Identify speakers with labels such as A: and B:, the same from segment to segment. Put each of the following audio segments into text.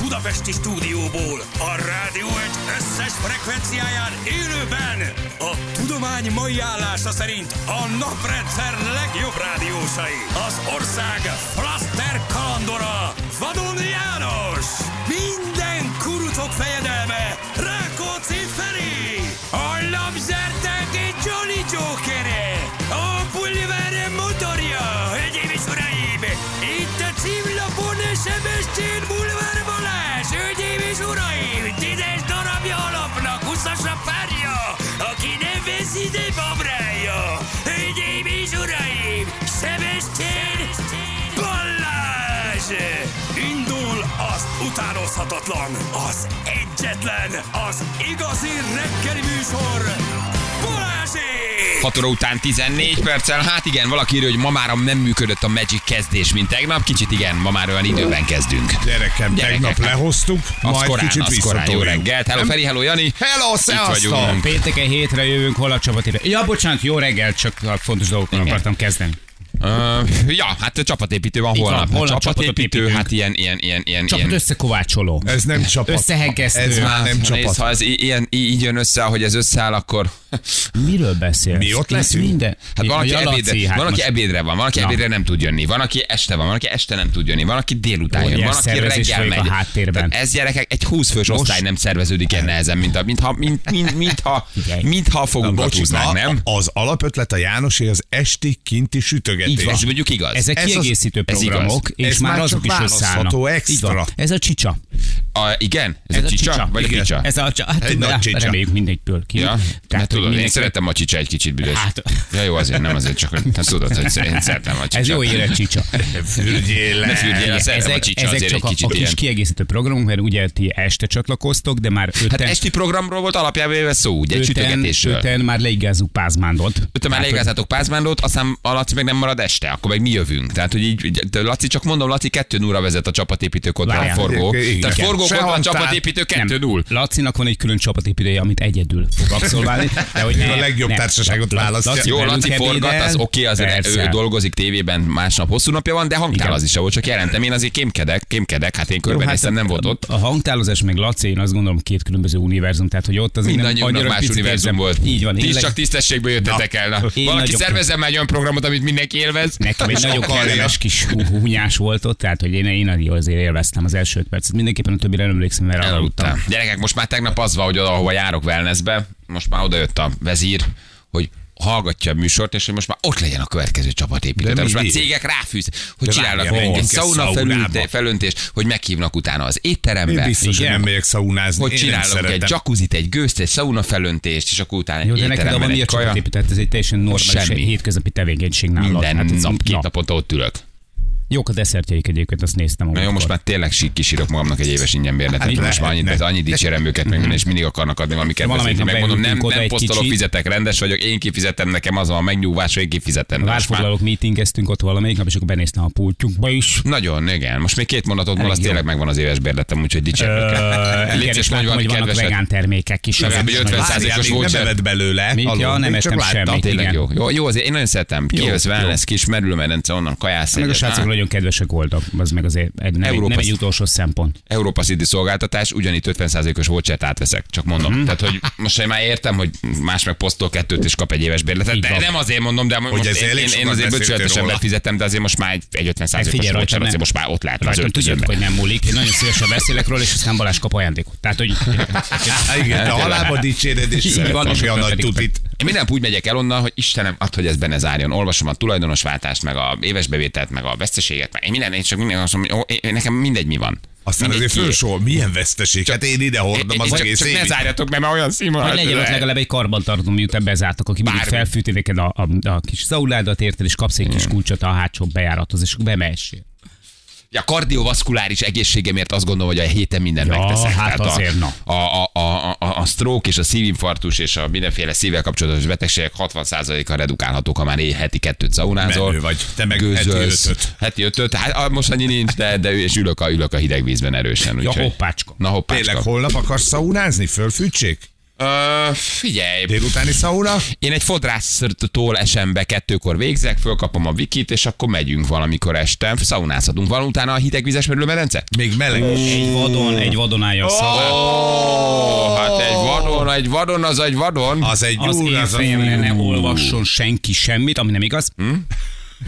A: budapesti stúdióból, a Rádió egy összes frekvenciáján élőben, a tudomány mai állása szerint a naprendszer legjobb rádiósai, az ország flaster kalandora, Vadon János, minden kurucok fejedelme, Rákóczi Feri, a labzártáki Johnny Jokere, a Bulliver motorja, hölgyeim és uraim, itt a címlapon Sebestén Bulvár Balázs, hölgyeim és uraim, tízes darabja alapnak, 20 a párja, aki nem vesz ide babrája, hölgyeim és uraim, Sebestén Balázs! Indul az utánozhatatlan, az egyetlen, az igazi reggeli műsor, Balázsék!
B: 6 óra után 14 perccel. Hát igen, valaki írja, hogy ma már nem működött a Magic kezdés, mint tegnap. Kicsit igen, ma már olyan időben kezdünk.
C: Gyerekem,
B: Gyerekek,
C: tegnap
B: hát
C: lehoztuk,
B: Az
C: majd
B: korán,
C: kicsit
B: az korán. Jó
C: visszatoljuk.
B: reggelt. Hello Feri, hello Jani.
C: Hello, szevasztok!
D: Pénteken hétre jövünk, hol a csapat éve. Ja, bocsánat, jó reggel, csak a fontos dolgokkal akartam kezdeni.
B: Uh, ja, hát a csapatépítő van
D: Így van,
B: holnap.
D: holnap csapatot
B: csapatépítő,
D: építünk.
B: hát ilyen, ilyen, ilyen, ilyen.
D: Csapat
B: ilyen.
D: összekovácsoló.
C: Ez nem csapat.
D: Összehegesztő.
C: Ez már nem
B: Nézd,
C: csapat.
B: ha ez i- ilyen, í- így jön össze, ahogy ez összeáll, akkor...
D: Miről beszélsz?
C: Mi ott
D: Itt
C: leszünk?
D: Minden.
B: Hát
D: Itt
B: van, aki,
D: a Jalaci,
B: ebédre,
D: hát
B: van, aki
D: most-
B: ebédre van, van, aki
D: Na.
B: ebédre nem tud jönni, van, aki este van, van, aki este nem tud jönni, van, aki délután jön, van,
D: Óriás
B: aki
D: szervezés
B: reggel
D: folyik a
B: megy.
D: háttérben.
B: Tehát ez gyerekek, egy 20 fős osztály nem szerveződik ilyen nehezen, mint a, mintha, mint, mint, mintha,
D: Figyelj.
B: mintha fogunkat
C: Bocs,
B: húznánk,
C: a-
B: nem?
C: Az alapötlet a Jánosé az esti kinti
B: Így van. Ez
C: sütögetés.
B: mondjuk igaz.
D: ezek
C: Ez az-
D: kiegészítő
B: ez igaz.
D: programok, és
C: Ez
D: már
C: már
D: azok
C: csak
D: is
C: választható
D: összeállnak.
C: extra.
D: Így van. Ez a csicsa.
B: A, igen? Ez, ez a csicsa? Vagy
D: Igen.
B: a picsa?
D: Ez a csicsa. Hát,
C: Egy nagy
D: na,
C: csicsa.
D: Reméljük mindegyből ki.
B: Ja,
D: hogy
B: hát tudod, én
D: mindenki-
B: szeretem a csicsa egy kicsit büdös.
D: Hát-
B: Ja jó, azért nem azért, csak hát tudod, hogy én szeretem a csicsa.
D: Ez jó élet csicsa.
C: Fürdjél le.
B: Ne fürdjél, azt szeretem a
D: Ezek,
B: csicsa
D: ezek
B: azért egy
D: csak a, a
B: kicsit
D: kis
B: ilyen.
D: kiegészítő programok, mert ugye ti este csatlakoztok, de már öten,
B: Hát esti programról volt alapjában éve szó, ugye,
D: öten,
B: csütögetésről.
D: öten már leigázzuk Pázmándot. Hát,
B: Ötöm már leigázzátok Pázmándot, aztán a Laci meg nem marad este, akkor meg mi jövünk. Tehát, hogy így, így- de Laci, csak mondom, Laci 2 0 vezet a csapatépítő kontra a
D: Várjál.
B: forgó.
C: Igen.
B: Tehát forgó
C: Se
B: kontra a
C: hantál.
B: csapatépítő 2 0
D: Lacinak van egy külön csapatépítője, amit egyedül fog abszolválni. De hogy
C: A legjobb társaságot választja.
D: Laci
B: Jó,
D: velünk
B: Laci
D: ebédel.
B: forgat, az oké, az
D: Persze.
B: ő dolgozik tévében, másnap hosszú napja van, de hangtál
D: Igen.
B: az is, ahol csak jelentem. Én azért kémkedek, kémkedek, hát én
D: Jó,
B: körbenéztem, nem volt ott.
D: A hangtálozás meg Laci, én azt gondolom két különböző univerzum, tehát hogy ott az
B: Mindannyiunknak más univerzum volt.
D: Így van,
B: Ti
D: én
B: is
D: leg-
B: csak tisztességből jöttetek el. Na.
D: Én
B: Valaki
D: nagyon-
B: szervezzen már egy olyan programot, amit mindenki élvez.
D: Nekem egy nagyon
C: akarja.
D: kellemes kis hú- húnyás volt ott, tehát hogy én, én addig azért élveztem az első öt percet. Mindenképpen a többire nem emlékszem, mert
B: Elaludtam.
D: elaludtam.
B: Gyerekek, most már tegnap az van, hogy oda, ahova járok wellnessbe, most már oda jött a vezír, hogy hallgatja a műsort, és hogy most már ott legyen a következő csapatépítő.
C: De
B: Tehát most már
C: mi?
B: cégek ráfűz, hogy
C: De
B: csinálnak
C: várjál,
B: egy
C: menjünk el
B: szauna
C: szaunába.
B: felülte- felöntést, hogy meghívnak utána az
C: Én
B: étterembe,
C: biztos, hogy
D: Igen.
C: nem megyek szaunázni.
B: hogy
C: Én nem
B: csinálunk egy
C: szeretem.
B: jacuzzit, egy gőzt, egy szauna felöntést, és akkor utána
D: Jó,
B: egy
D: de neked abban
B: étteremben
D: mi a
B: egy kaja.
D: csapatépítő? Tehát ez egy teljesen normális
B: Semmi.
D: hétköznapi tevékenység nálad.
B: Minden
D: hát ez-
B: nap, két
D: na.
B: naponta ott ülök.
D: Jók a desszertjeik egyébként, azt néztem.
B: Na jó, most már tényleg sík kisírok magamnak egy éves ingyenbérletet. Hát, most már annyit, ez annyi dicsérem őket, meg minden, és mindig akarnak adni valami kedvezményt.
D: Valamelyik nap
B: Megmondom, nem,
D: Mhm. beültünk oda
B: nem
D: egy
B: posztolok,
D: kicsit.
B: fizetek, rendes vagyok, én kifizetem, nekem az van a megnyugvás, hogy én kifizetem. de most már-
D: Várfoglalók meetingeztünk ott valamelyik nap, és akkor benéztem a pultjunkba is.
B: Nagyon, igen. Most még két mondatot múlva, az
D: jó.
B: tényleg megvan az éves bérletem, úgyhogy dicsérjük.
D: Ö,
B: Légy
D: Igen,
B: szíves, mondj
D: és látom,
B: valami
D: hogy vannak
B: kedveset.
D: vegán termékek is.
B: Legalább
D: az-
B: egy 50%
C: Várjál, még nem
B: voucher.
C: evett belőle.
D: Mit?
C: Alul,
D: Ja, nem
C: én csak
D: estem
C: láttam.
D: semmit.
B: Tényleg
D: igen.
B: jó. jó. Jó, azért én nagyon szeretem. Kijössz,
D: jó.
B: wellness, kis merülmedence, onnan kajász.
D: Meg a
B: egyet.
D: srácok
B: Á,
D: nagyon kedvesek voltak, az meg azért egy, nem, egy,
B: Európa
D: nem egy
B: szint.
D: utolsó szempont.
B: Európa City szolgáltatás, ugyanitt 50%-os vouchert átveszek, csak mondom.
C: Mhm.
B: Tehát, hogy most én már értem, hogy más meg posztol kettőt és kap egy éves bérletet,
D: Így
B: de
D: van.
B: nem azért mondom, de hogy most
C: ez
B: én,
C: elég
B: én, én
C: sokat
B: azért
C: beszéltél
B: böcsületesen
C: róla.
B: befizettem, de azért most már egy, egy
D: Hát
B: 50%-os voucher,
D: figyelj rajta,
B: azért
D: nem.
B: most már ott látom az
D: Rajtam tudjátok,
B: öltözőben.
D: hogy nem múlik. Én nagyon szívesen beszélek róla, és aztán Balázs kap ajándékot. Tehát, hogy... Hát,
C: Á, Hát Igen, te
B: Tényleg.
C: halába dicséred, és
D: Így van,
C: szeretem
D: és
C: a
D: akkor
C: nagy
D: pedig-
C: tutit.
B: Én minden nap úgy megyek el onnan, hogy Istenem, add, hogy ez benne zárjon. Olvasom a tulajdonosváltást, meg a éves bevételt, meg a veszteséget, meg én minden, én csak minden azt mondom, hogy ó, én- nekem mindegy mi van.
C: Aztán
B: Mindegy,
C: azért
B: kié.
C: fölsor, milyen veszteség. Hát én ide
B: Én-
C: hordom
B: én
C: az
B: Csak
C: egész
B: csak ne
C: évig.
B: zárjatok, mert már olyan színvonal.
C: Hát,
D: Hogy legyen ott legalább egy karbantartó, miután bezártak, aki mindig
B: Bármi.
D: felfűti neked a, a, a kis zauládat, érted, és kapsz egy kis kulcsot a hátsó bejárathoz, és akkor bemehessél.
B: Ja, kardiovaszkuláris egészségemért azt gondolom, hogy a héten mindent
D: Ja,
B: megteszek.
D: hát
B: Tehát
D: azért,
B: a, a, a, a, a, a stroke és a szívinfarktus és a mindenféle szívvel kapcsolatos betegségek 60%-a redukálhatók, ha már é- heti kettőt szaunázol.
C: Menő vagy. Te meg heti ötöt.
B: Heti ötöt. Hát ah, most annyi nincs, de, de ő és ülök a, ülök a hideg vízben erősen.
D: Ja,
B: úgyhogy-
D: hoppácska.
B: Na hoppácska.
C: Tényleg holnap akarsz szaunázni? Fölfűtsék?
B: Ö, figyelj,
C: Délutáni szauna?
B: én egy fodrásztól esembe kettőkor végzek, fölkapom a vikit, és akkor megyünk valamikor este. Szaunázhatunk. Van utána a hidegvizes merülőmedence?
C: Még meleg.
D: Egy vadon, egy vadon állja a szavát.
B: Ó, hát egy vadon, egy vadon, az egy vadon.
C: Az egy
D: Az
C: úr, az a... Hm?
D: évfejemre ne olvasson senki semmit, ami nem igaz.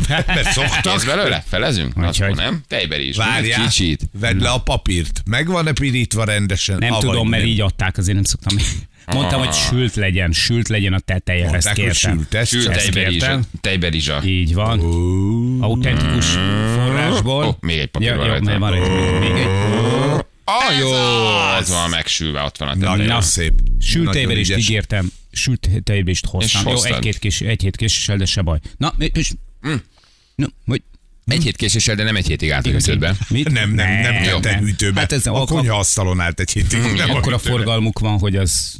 C: hát Mert
B: Ez
C: szoktak.
B: belőle? Felezünk?
D: Úgyhogy-
B: Akkor nem? Tejberi is.
C: Várjál,
B: Kicsit.
C: vedd le a papírt. Megvan-e pirítva rendesen?
D: Nem
C: Avagy
D: tudom, mert
C: nem. Ah.
D: így adták, azért nem szoktam. Mondtam, hogy sült legyen, sült legyen a teteje, ezt
C: Mondták, hogy
D: kértem.
C: sült, ezt
B: Sült
C: csak-
D: egy-
B: tejberizsa.
D: kértem.
B: Tejberizsa.
D: Így van. Autentikus forrásból.
B: Ó, még egy papír
D: ja,
B: van
D: ja,
B: rajta.
D: mert van rajta. Még egy.
B: Ah, jó,
C: az!
B: az van megsülve, ott van a
C: Nagyon
B: teteje.
D: Na.
C: szép.
D: Sült
C: Nagyon
D: tejberést
C: ügyes.
D: ígértem. Sült tejberést
B: És
D: hoztam. Jó,
B: hoztad.
D: egy-két kés, egy-hét késéssel, de se baj. Na, mi- és... No, hogy...
B: Egy hét késéssel, de nem egy hétig állt a hűtőben.
D: Mit?
C: Nem, nem, nem, nem, nem hűtőbe.
D: Hát ez
C: a
D: akkor,
C: konyhaasztalon állt egy hétig. nem
D: akkor a
C: hűtőbe.
D: forgalmuk van, hogy az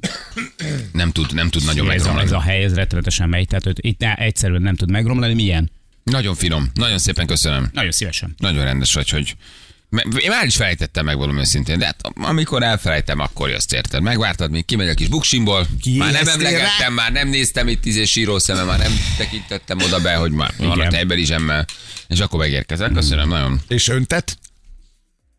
B: Nem tud, nem tud nagyon
D: ez a, ez
B: megromlani.
D: a hely, ez rettenetesen megy, tehát őt itt ne- egyszerűen nem tud megromlani. Milyen?
B: Nagyon finom. Nagyon szépen köszönöm.
D: Nagyon szívesen.
B: Nagyon rendes vagy, hogy me- én már is felejtettem meg valami őszintén, de hát amikor elfelejtem, akkor jössz érted. Megvártad, míg kimegy a kis buksimból, már nem
C: éheztél
B: emlegettem, már nem néztem itt izé síró szeme, már nem tekintettem oda be, hogy már van a
D: Igen.
B: tejberizsemmel, és akkor megérkezek. Köszönöm, nagyon
C: És öntet?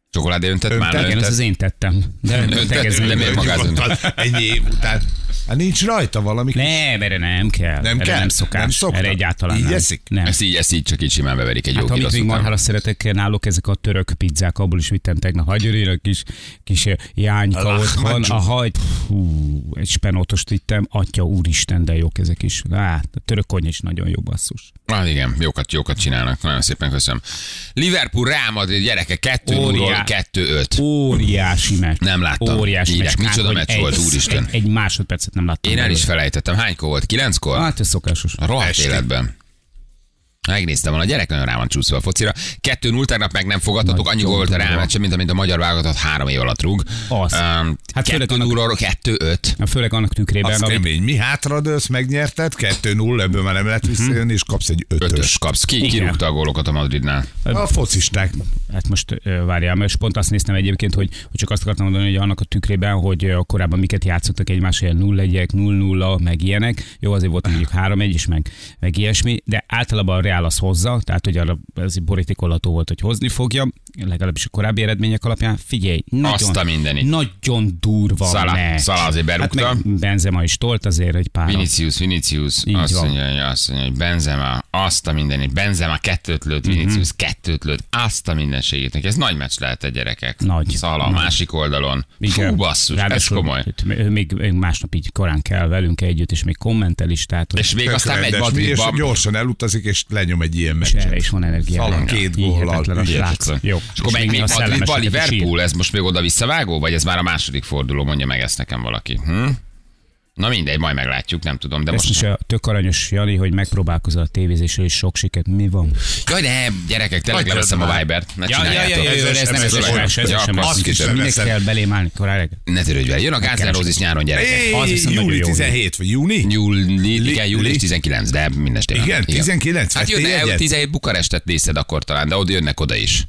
B: csokoládé öntett, már
C: Öntett?
D: Igen,
B: öntett.
D: ezt az én tettem. De
B: Öntett?
D: tegezem.
B: De miért magát
C: Nyugodtan, Ennyi év után. Hát nincs rajta valami kis-
D: Nem, erre nem kell.
C: Nem
D: erre
C: kell?
D: nem szokás.
C: Nem szoktak?
D: erre egyáltalán
C: Így
D: nem.
C: eszik?
D: Nem.
B: Ezt így, ezt így csak így simán beverik egy jó
D: Hát
B: hát,
D: amit még marhára szeretek náluk, ezek a török pizzák, abból is vittem tegnap hagyörére, a kis, kis jányka otthon,
C: lahmancsú.
D: a hajt, hú, egy spenótost vittem, atya úristen, de jók ezek is. Hát, a török kony is nagyon jó basszus.
B: Ah, igen, jókat, jókat csinálnak. Nagyon szépen köszönöm. Liverpool Real Madrid gyereke 2 0
D: Óriá-
B: 2 5
D: Óriási meccs.
B: Nem láttam.
D: Óriási
B: Írják,
D: meccs.
B: micsoda
D: Kár,
B: meccs
D: hogy
B: volt,
D: egy,
B: úristen.
D: Egy, egy másodpercet nem láttam.
B: Én el is
D: belőle.
B: felejtettem. Hánykor volt? Kilenckor?
D: Hát ez szokásos.
B: A rohadt
C: Esti.
B: életben. Megnéztem volna, a gyerek nagyon rá van csúszva a focira. 2-0 tegnap meg nem fogadtatok, annyi gól volt a rámecse, mint amint a magyar válogatott három év alatt rúg.
D: Az.
B: Um, hát
D: Hát főleg
B: 2 0 2-5.
D: Na, Főleg annak tükrében,
C: Az
D: amit
C: kemény. Mi hátradőlsz, megnyerted, 2-0, ebből már nem lehet visszajönni, és kapsz egy ötös.
B: Ötös kapsz. Ki, ki
D: Igen.
B: rúgta a gólokat a Madridnál?
C: A focisták.
D: Hát most ö, várjál, mert pont azt néztem egyébként, hogy, hogy csak azt akartam mondani, hogy annak a tükrében, hogy ö, korábban miket játszottak egymás, ilyen 0 1 0 0 meg ilyenek. Jó, azért volt mondjuk 3 1 is, meg, meg ilyesmi, de általában a Real az hozza, tehát hogy arra ez borítékolható volt, hogy hozni fogja, legalábbis a korábbi eredmények alapján. Figyelj, nagyon,
B: Azt a mindenit.
D: nagyon durva
B: Szala-
D: a meccs.
B: Szala azért
D: hát
B: berúgta.
D: meg Benzema is tolt azért egy pár.
B: Vinicius, Vinicius,
D: Így
B: azt
D: van.
B: mondja, hogy, azt mondja, hogy Benzema, azt a mindenit, Benzema kettőt lőtt,
D: Mhm.
B: Vinicius kettőt lőtt, azt a minden segít neki. Ez nagy meccs lehet a gyerekek.
D: Nagy.
B: Szala a
D: Nagy.
B: másik oldalon. Fú, basszus, ez
D: ráadásul
B: komoly.
D: őt- Ő még, még másnap így korán kell velünk együtt, és még kommentel is, tehát hogy
B: És még
C: Tök
B: aztán megy
C: rendes. Mi, és
B: Madridba.
C: gyorsan elutazik, és lenyom egy ilyen
D: és erre
C: meccset.
D: is van energiája.
C: Szalon két góllal.
D: Hihetetlen, azt
C: Ügyes.
D: látsz. Jó.
B: És akkor meg
D: még
B: még
D: a
B: Madridba,
D: szellemeseket is ír.
B: Liverpool, ez most még oda visszavágó, vagy ez már a második forduló, mondja meg ezt nekem valaki. Hm? Na mindegy, majd meglátjuk, nem tudom, de
D: Ezt
B: most...
D: is a tök aranyos Jani, hogy megpróbálkozol a tévézésre, és sok sikert. Mi van?
B: Jaj, de gyerekek, tényleg
C: Hagyjad
B: leveszem a
C: már.
B: Vibert. Ne
D: Ja, ja, ja,
B: csináljátok.
D: ja, ja, ez nem
C: SMS
D: SMS,
C: olyan.
D: SMS, ez
B: Ja,
D: SMS.
B: azt
C: is
D: Minek
C: elveszem.
D: kell belém állni korán reggel?
B: Ne törődj vele, jön a Guns N' Roses nyáron gyerekek.
C: Éj,
D: Az viszont nagyon
C: júli
D: jó.
C: 17, vagy júni?
B: Júli, igen, július
C: li-
B: 19, de minden télen.
C: Igen, 19,
B: Hát
C: vettél
B: jön el,
C: jegyet?
B: 17 Bukarestet nézted akkor talán, de oda jönnek oda is.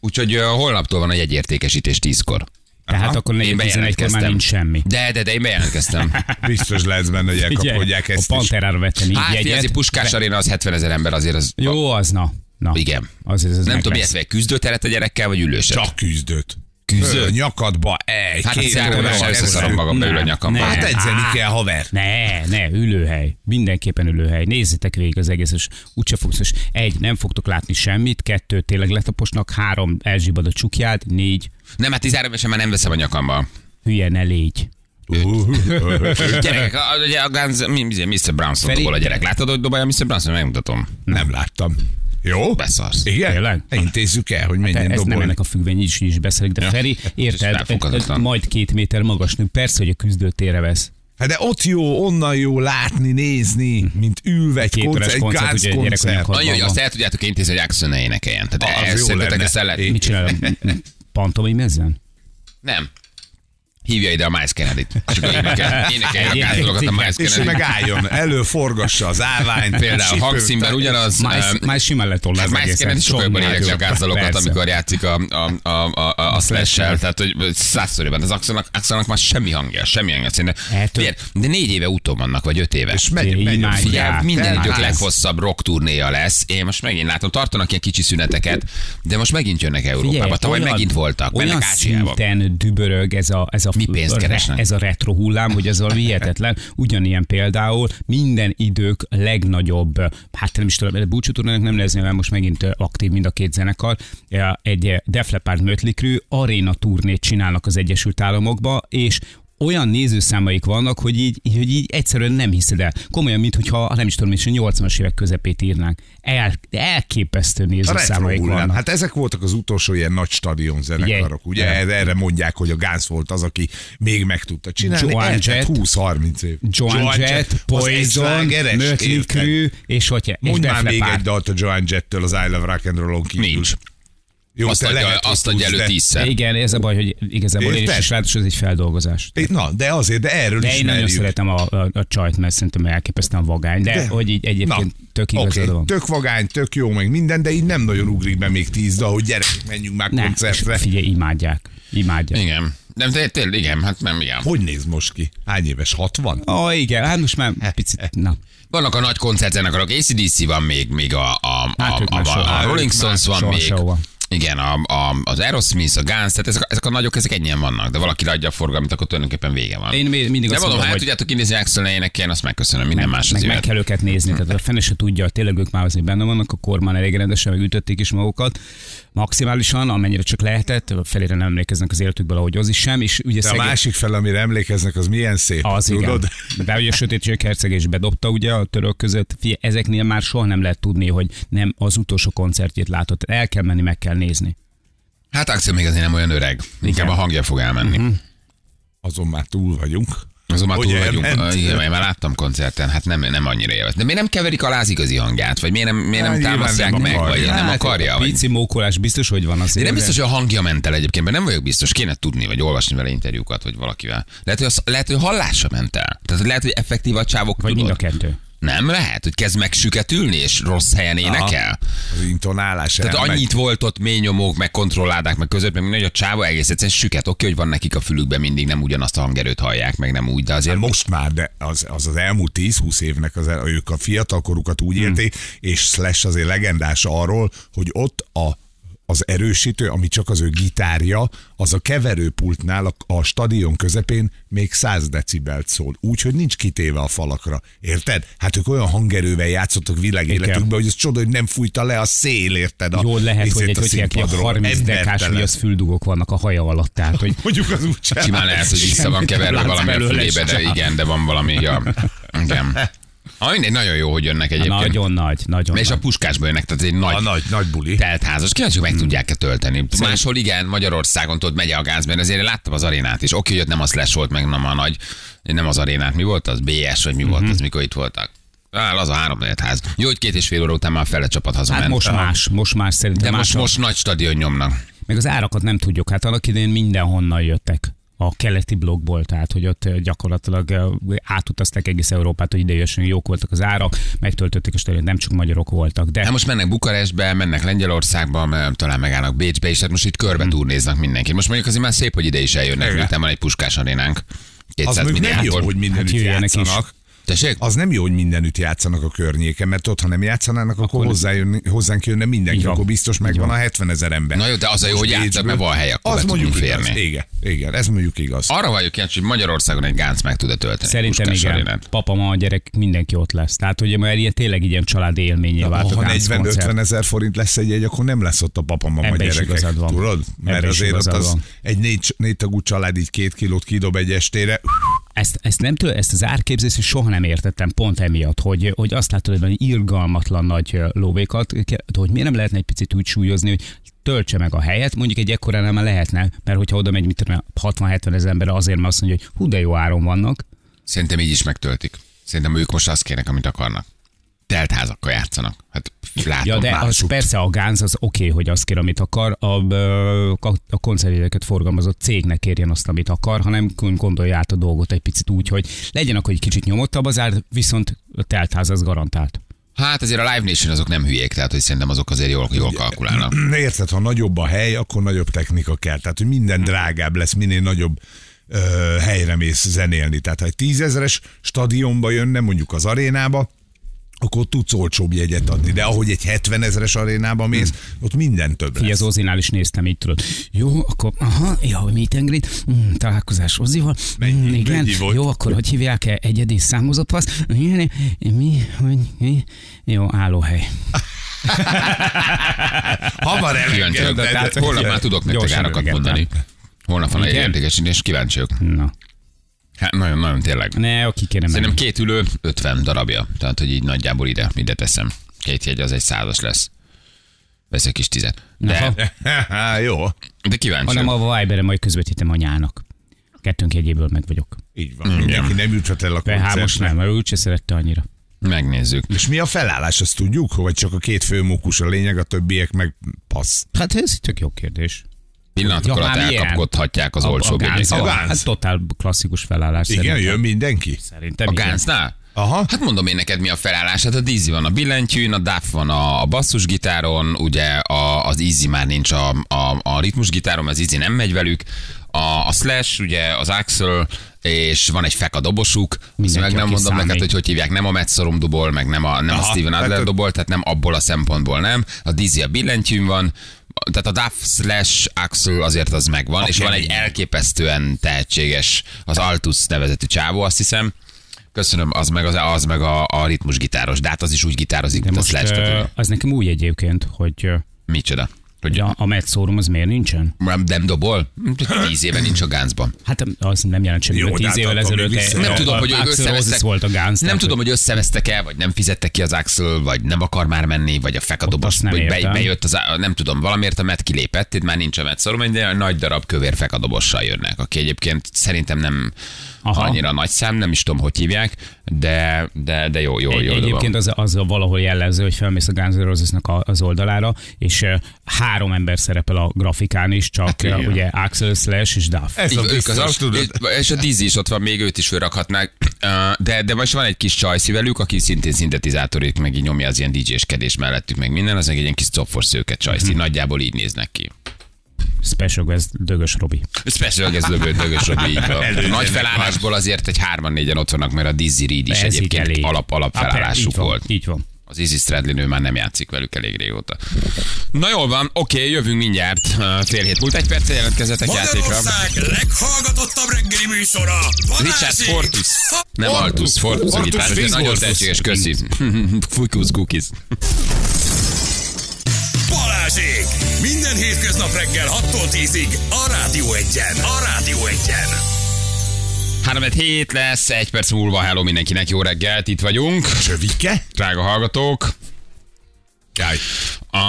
B: Úgyhogy ö, holnaptól van a jegyértékesítés 10-kor.
D: Tehát akkor 4-11-kor már nincs semmi.
B: De, de, de én bejelentkeztem.
C: Biztos lesz benne, hogy elkapkodják
D: a
C: ezt is.
D: Panterára vettem így
B: Hát, figyelj, azért
D: jegyet.
B: Puskás Aréna az 70 ezer ember, azért az...
D: Jó, az na. Na.
B: Igen.
D: Az, ez, ez
B: nem
D: meg
B: tudom, miért
D: lesz.
B: vagy küzdőteret a gyerekkel, vagy ülőset.
C: Csak küzdött.
B: Küzdött?
C: Ö, Nyakadba, egy,
B: Hát a
C: két
B: szárnyalás
C: óra,
B: összeszarom
C: ez-
B: magam, beül a
D: Nem,
B: nyakamba.
D: nem.
B: Hát
C: Hát
B: egy-
C: edzeni kell, haver.
D: Ne, ne, ülőhely. Mindenképpen ülőhely. Nézzétek végig az egész, és úgyse fogsz, és egy, nem fogtok látni semmit, kettő, tényleg letaposnak, három, elzsibad a csukját, négy,
B: Nem, hát 13 évesen már nem veszem a nyakamba.
D: hülye ne légy.
B: Gyerekek, a, ugye a Guns, mi, mi- Mr. Brownson
D: Feri-
B: dobol a gyerek. Látod, hogy dobálja Mr. Brownson? Megmutatom.
C: Nem láttam. Jó?
B: Beszarsz.
C: Igen?
D: Tényleg?
C: Intézzük el, hogy
D: Te,
C: menjen
D: ez nem
C: dobolni.
D: ennek a függvény, így is, így is beszélek, de
B: Ja.
D: ja. Feri, érted,
B: Felfoghatatlan.
D: majd két méter magas nő, persze, hogy a küzdőtérre vesz.
C: Hát de ott jó, onnan jó látni, nézni, mint ülve egy
D: Hm. Két órás
C: koncert, egy
D: koncert, ugye egy
C: gázkoncert.
D: gyerekanyagkor.
B: Nagyon jó,
D: van.
B: azt el tudjátok intézni, hogy Axon ne énekeljen. Tehát
C: Az
B: ez
C: jó
B: szerintetek
C: lenne.
B: ezt el lehet-
D: Mit csinál? Pantomim ezen?
B: Nem. Hívja ide a Miles Kennedy-t. És akkor énekel, énekelj a gázolokat a Miles
C: És
B: Kennedy.
C: megálljon, előforgassa az állványt.
B: Például
C: Sipőt.
B: hangszínben ugyanaz,
D: Miles,
B: öm,
D: Miles simán letolla
B: Hát
D: az
B: Miles
D: egészet.
B: Kennedy sokkal jobban
D: Sokkal
B: énekli a
D: jobb.
B: gázzalokat,
D: Persze.
B: amikor játszik a, a, a, a, a, a slash-el, tehát hogy százszorjában. Az Axonnak, Axonnak már semmi hangja, semmi hangja. Szerintem,
D: Hát,
B: Figyelj, de négy éve úton vannak, vagy öt éve.
C: És megy, megy.
D: Imádják.
C: megy.
B: Figyelj,
D: Jár,
B: minden
D: tehát
B: idők
D: ez.
B: leghosszabb rock turnéja lesz. Én most megint látom, tartanak ilyen kicsi szüneteket, de most megint jönnek Európába. Tavaly
D: olyan-
B: megint voltak,
D: Olyan
B: mennek Ázsiába.
D: szinten dübörög ez a, ez a,
B: Mi pénzt keresnek?
D: ez a retro hullám, hogy ez valami hihetetlen. Ugyanilyen például minden idők legnagyobb, hát nem is tudom, búcsúturnának nem lesz, mert most megint ö, aktív mind a két zenekar, Ja, egy ö, Def Leppard Mötley Crüe aréna turnét csinálnak az Egyesült Államokba, és olyan nézőszámaik vannak, hogy így, így- hogy így egyszerűen nem hiszed el. Komolyan, mint hogyha, nem is tudom, és a 80-as évek közepét írnánk. El, elképesztő
C: A retro
D: nézőszámaik
C: hullám.
D: vannak.
C: Hát ezek voltak az utolsó ilyen nagy stadion zenekarok, ugye? Hát
D: Igen.
C: Erre mondják, hogy a Gánz volt az, aki még meg tudta csinálni.
D: Joan
C: Eltelt
D: Jett.
C: 20-30 év.
D: Joan Jett, Poison, Mötley Crüe, és hogyha és
C: Mondj
D: Def
C: már még
D: Leppard.
C: egy dalt a Joan Jett-től az I Love Rock and Roll-on kívül.
B: Nincs.
C: Jó,
B: Azt
C: te
B: adja,
C: lehet, hogy
B: azt adja
C: tudsz,
B: elő
C: de-
B: tízszer.
D: Igen, ez a baj, hogy igazából én is
C: Érted?
D: ráadásul ez egy feldolgozás.
C: É, Na, de azért, de erről
D: De én nagyon
C: ismerjük.
D: szeretem a, a, a csajt, mert szerintem elképesztően vagány, de, de
C: De-
D: hogy így egyébként Na, tök igazad
C: oké,
D: van.
C: Tök vagány, tök jó, meg minden, de így nem nagyon ugrik be még tíz, de hogy gyerekek, menjünk már
D: Ne,
C: koncertre.
D: és figyelj, imádják. Imádják.
B: Igen. Nem, de tényleg, igen, hát nem, igen.
C: Hogy néz most ki? Hány éves? 60?
D: Ó, oh, igen, hát most már picit, na.
B: Vannak a nagy koncertzenekarok, ACDC van még, még a, a,
D: Hát
B: a,
D: ők
B: a,
D: már soha-
B: a, a Rolling
D: ők már
B: Stones van
D: soha
B: még.
D: sehova.
B: Igen, a, a, az Aerosmith, a Guns, tehát ezek, a- ezek a nagyok, ezek ennyien vannak, de valaki adja a forgalmat, akkor tulajdonképpen vége van.
D: Én mi-
B: de
D: mindig azt
B: mondom,
D: mondom,
B: hát
D: hogy-
B: tudjátok kinézni Axel énekelni, azt megköszönöm, minden más az
D: meg, meg
B: élet.
D: kell őket nézni, tehát a fene se tudja, tényleg ők már azért benne vannak, a kormán elég rendesen megütötték is magukat, maximálisan, amennyire csak lehetett, felére nem emlékeznek az életükből, ahogy az is sem, és ugye
C: De a
D: szegény-
C: másik fel, amire emlékeznek, az milyen szép.
D: Az
C: tudod?
D: igen. De ugye a sötétség herceg is bedobta ugye a török között. Fie, ezeknél már soha nem lehet tudni, hogy nem az utolsó koncertjét látott. El kell menni, meg kell nézni.
B: Hát Axel még azért nem olyan öreg, inkább a hangja fog elmenni.
D: Mhm.
C: Azon már túl vagyunk.
B: Azon már
C: Hogy
B: túl vagyunk.
C: elment?
B: Ah, Igen, én már láttam koncerten, hát nem, nem annyira élvez. De miért nem keverik alá az igazi hangját, vagy miért nem, miért nem
C: Hát nyilván
B: támasztják
C: nem
B: meg,
C: akarja.
B: vagy nem
D: Hát,
B: akarja?
D: A
B: Vagy...
D: pici mókolás biztos, hogy van
B: De
D: azért.
B: nem biztos, hogy a hangja ment el egyébként, mert nem vagyok biztos, kéne tudni, vagy olvasni vele interjúkat, vagy valakivel. Lehet, hogy, az, lehet, hogy hallása ment el. Tehát lehet, hogy effektív a csávok
D: Vagy
B: tudod.
D: mind a kettő.
B: Nem lehet, hogy kezd megsüketülni, és rossz helyen énekel.
C: Az intonálás
B: Tehát
C: elmegy.
B: annyit volt ott mély nyomók, meg kontrolládák, meg között, meg mindegy, a csáva egész egyszerűen süket. Oké, hogy van nekik a fülükben mindig nem ugyanazt a hangerőt hallják, meg nem úgy, de azért
C: Most már, de az az, az elmúlt 10-20 évnek az, el- ők a fiatalkorukat úgy
B: Hmm.
C: élték, és Slash azért legendás arról, hogy ott a az erősítő, ami csak az ő gitárja, az a keverőpultnál a, a stadion közepén még 100 decibelt szól, úgyhogy nincs kitéve a falakra. Érted? Hát ők olyan hangerővel játszottak világéletükben, hogy ez csoda, hogy nem fújta le a szél, érted? A,
D: Jó lehet,
C: izét
D: hogy egy,
C: a
D: hogy ilyen
C: színpadról.
D: 30 dekás
C: Embertelen.
D: viasz füldugok vannak a haja alatt. Tehát, hogy
C: Mondjuk az úgy sem.
B: simán lehet, hogy vissza van keverve
D: Látsz
B: valami a
D: belőle
B: fülébe,
D: egy
B: de
D: csáv.
B: igen, de van valami. Ja. Igen. Ah, mindegy, nagyon jó, hogy jönnek egyébként.
D: nagyon nagy, nagyon
B: És a
D: nagy.
B: puskásba jönnek, tehát egy nagy,
C: A nagy, nagy buli.
B: teltházas. Kíváncsi, hogy meg tudják-e tölteni. Máshol igen, Magyarországon tudod, megy a gáz, mert azért én láttam az arénát is. Oké, hogy ott nem az lesz volt, meg nem a nagy, nem az arénát. Mi volt az? BS, vagy mi
C: Mhm.
B: volt az, mikor itt voltak? Á, az a három ház. Jó, hogy két és fél óra után már fele csapat hazament.
D: Hát most más, most más szerintem.
B: de
D: más
B: most,
D: a-
B: most nagy stadion nyomnak.
D: Meg az árakat nem tudjuk, hát annak idején mindenhonnan jöttek a keleti blokkból, tehát hogy ott ö, gyakorlatilag ö, átutazták egész Európát, hogy ide jössön, jók voltak az árak, megtöltötték a stadiont, nem csak magyarok voltak, de
B: Hát most mennek Bukarestbe, mennek Lengyelországba, m- talán megállnak Bécsbe, és hát most itt körbe turnéznak mindenki. Most mondjuk azért már szép, hogy ide is eljönnek,
C: Mhm. Igen.
B: miután van egy puskás arénánk.
C: Az
B: 200
C: még nem
B: milliárd.
C: jó, hogy mindenütt
D: Hát jöjjenek is.
C: játszanak.
B: Tessék?
C: Az nem jó, hogy mindenütt játszanak a környéken, mert ott, ha nem játszanának, akkor, akkor hozzájön, hozzánk jönne mindenki,
D: Így van.
C: akkor biztos megvan a 70 ezer ember.
B: Na jó, de az a jó, hogy játszanak,
C: Bécsből.
B: mert van hely, akkor
C: az
B: be
C: mondjuk
B: tudunk
C: igaz.
B: férni.
C: Igen, igen, ez mondjuk igaz.
B: Arra vagyok kíváncsi, hogy Magyarországon egy gánc meg tud-e tölteni.
D: szerintem
B: Puskás
D: igen,
B: arénát.
D: papa, ma a gyerek, mindenki ott lesz. Tehát ugye már ilyen, tényleg ilyen családi élményé vált a
C: ha
D: tánc koncert.
C: 40-50 ezer forint lesz egy jegy, akkor nem lesz ott a papamama
D: Ebbe is
C: gyerekek.
D: igazad van.
C: Tudod? Mert
D: Ebbe is
C: azért ott
D: igazad
C: az
D: van.
C: egy négy, négy tagú család így két kilót kidob egy estére.
D: Ezt, ezt, nem tő, ezt az árképzést soha nem értettem, pont emiatt, hogy, hogy azt látod, hogy irgalmatlan nagy ö, lóvékat, ke- hogy miért nem lehetne egy picit úgy súlyozni, hogy töltse meg a helyet, mondjuk egy ekkoránál már lehetne, mert hogyha oda megy, mit tudom, én, 60-70 ezer ember azért, mert azt mondja, hogy hú de jó áron vannak,
B: Szerintem így is megtöltik. Szerintem ők most azt kérnek, amit akarnak. teltházakkal játszanak. Hát látom,
D: Ja, de az
B: lássuk.
D: persze a Gánz az oké, okay, hogy azt kér, amit akar, a, ö, a koncertjegyeket forgalmazó cégnek kérjen azt, amit akar, hanem gondolja át a dolgot egy picit úgy, hogy legyen akkor egy kicsit nyomottabb az ár, viszont a teltház az garantált.
B: Hát azért a Live Nation azok nem hülyék, tehát hogy szerintem azok azért jól, jól kalkulálnak.
C: Érted, ha nagyobb a hely, akkor nagyobb technika kell. Tehát, hogy
B: Mm.
C: minden drágább lesz, minél nagyobb ö, helyre mész zenélni. Tehát, ha egy tízezeres stadionba jönne, mondjuk az arénába, akkor tudsz olcsóbb jegyet adni. De ahogy egy 70 ezeres arénába mész,
B: Mm.
C: ott minden több
D: Így
C: lesz.
D: az Ozinál is néztem, így tudod. Jó, akkor, aha, jó, meet and greet, mm, találkozás Ozival. Mm,
C: Mennyi-
D: igen,
C: mennyi volt?
D: Jó, akkor hogy hívják -e egyedi számozópassz? Mi, mi, hogy, mi? Jó, állóhely.
C: Hamar
B: Kíváncsiak.
C: elengeded.
B: Tehát holnap már tudok nektek
D: Gyorsan
B: árakat
D: rövigettem.
B: mondani. Holnap van egy
D: Igen?
B: értékesítés, kíváncsiak.
D: Na,
B: Hát nagyon, nagyon tényleg.
D: ne, aki kéne menni.
B: Szerintem két ülő, 50 darabja. Tehát, hogy így nagyjából ide, ide teszem. Két jegy az egy százas lesz. Veszek is tizet.
D: Aha.
B: De,
C: Jó,
B: de kíváncsi.
D: hanem
B: vagyok.
D: a Viberre majd közvetítem anyának. Kettőnk jegyéből meg vagyok.
C: így
B: Mm,
C: van. Mindenki nem juthat el a
D: PH most
C: koncertre.
D: nem, mert ő úgyse szerette annyira.
B: Megnézzük.
C: És mi a felállás, azt tudjuk? Vagy csak a két főmókus a lényeg, a többiek meg passz.
D: Hát ez egy tök jó kérdés.
B: Pillanatok
D: Ja,
B: alatt
D: már ilyen.
B: elkapkodhatják az olcsóbb
D: Gánz.
B: jegyeket.
C: A Gánz.
D: Hát totál klasszikus felállás
C: Igen,
D: szerintem.
C: jön mindenki?
D: Szerintem
B: A
D: igen.
B: Gáncnál?
C: Aha.
B: Hát mondom én neked, mi a felállás. Hát a Dizzy van a billentyűn, a Duff van a, a basszusgitáron, ugye a, az Easy már nincs a, a, a ritmusgitáron, az Easy nem megy velük, a, a Slash, ugye az Axel, és van egy feka dobosuk, azt
D: Mindenki,
B: meg nem
D: aki
B: mondom
D: számít.
B: neked, hogy hogy hívják, nem a Metzorom dobol, meg nem a, nem a
C: Aha,
B: Steven
C: hát
B: Adler
C: ö-
B: dobol, tehát nem abból a szempontból nem. A Dizzy a billentyűn van, tehát a Duff slash Axel azért az megvan, és van egy
C: kemény.
B: elképesztően tehetséges, az Altus nevezetű csávó, azt hiszem. Köszönöm, az meg, az, az meg a, a ritmusgitáros, de hát az is úgy gitározik,
D: De
B: mint a
D: most
B: Slash.
D: ö,
B: Tehát,
D: az nekem úgy egyébként, hogy ö,
B: micsoda? Hogy
D: hogy a, a metszórum az miért nincsen?
B: nem, nem dobol? Tíz éve nincs a gánzban.
D: Hát az nem jelent semmit,
C: Jó,
D: mert tíz
C: de hát
D: évvel
C: attól még
D: ezelőtt
C: vissza-
D: egy-
B: Nem
C: Ja,
B: tudom,
D: a-
B: hogy ők
D: Axl Roses
B: összevesztek.
D: volt a Gánz.
B: nem
D: tehát,
B: tudom, hogy összevesztek el, vagy nem fizette ki az Axel, vagy nem akar már menni, vagy a fekadobos,
D: azt nem
B: vagy be,
D: értem.
B: bejött az, á- nem tudom, valamiért a Met kilépett, itt már nincs a Met szorom, de a nagy darab kövér fekadobossal jönnek, aki egyébként szerintem nem Aha.
D: Aha.
B: annyira nagy szám, nem is tudom, hogy hívják, de, de, de jó, jó, jó.
D: Egy,
B: jó
D: egyébként az, az valahol jellemző, hogy felmész a Guns N' Roses-nak a- az oldalára, és ö, három ember szerepel a grafikán is, csak
B: Hát
D: ö,
B: igen. E-
D: ugye Axel Slash és Duff.
C: Ez a
B: Így, ők az
C: biztos,
B: azt
C: tudod.
B: És a Dizzy is ott van, még őt is fölrakhatnák. Ö, De, de most van egy kis csajszi velük, aki szintén szintetizátorik, meg így nyomja az ilyen DJ-skedés mellettük, meg minden, az meg egy ilyen kis coffor szőke csajszi. Nagyjából így néznek ki.
D: Special Guest Dögös Robi.
B: Ez persze, hogy ez lövő dögös, Robi, így van.
C: Előzőnek
B: Nagy felállásból azért egy hárman négyen ott vannak, mert a Dizzy Reed is
D: Ez így
B: egyébként
D: elég.
B: alap, alap
D: Hát,
B: felállásuk
D: így van,
B: volt. E,
D: Így van.
B: Az Izzy Stradlin ő már nem játszik velük elég régóta. Na jól van, oké, jövünk mindjárt. Ö, Fél hét múlt egy perc jelentkezettek játékra.
A: Magyarország leghallgatottabb reggeli műsora. Balázsék!
B: Richard Fortus. Nem
A: Fortus.
B: Altus, Fortus a
C: Fortus
B: gitáros. Ez nagyon
C: Fingolfus.
B: tehetséges, köszi. Fukus cookies.
A: Balázsék! Minden hétköznap reggel 6-tól 10-ig a Rádió 1-en. A Rádió 1-en.
B: 3 hét lesz, egy perc múlva. Hello mindenkinek, jó reggelt, itt vagyunk.
C: Csövike?
B: Drága hallgatók.
C: Jaj.
B: A...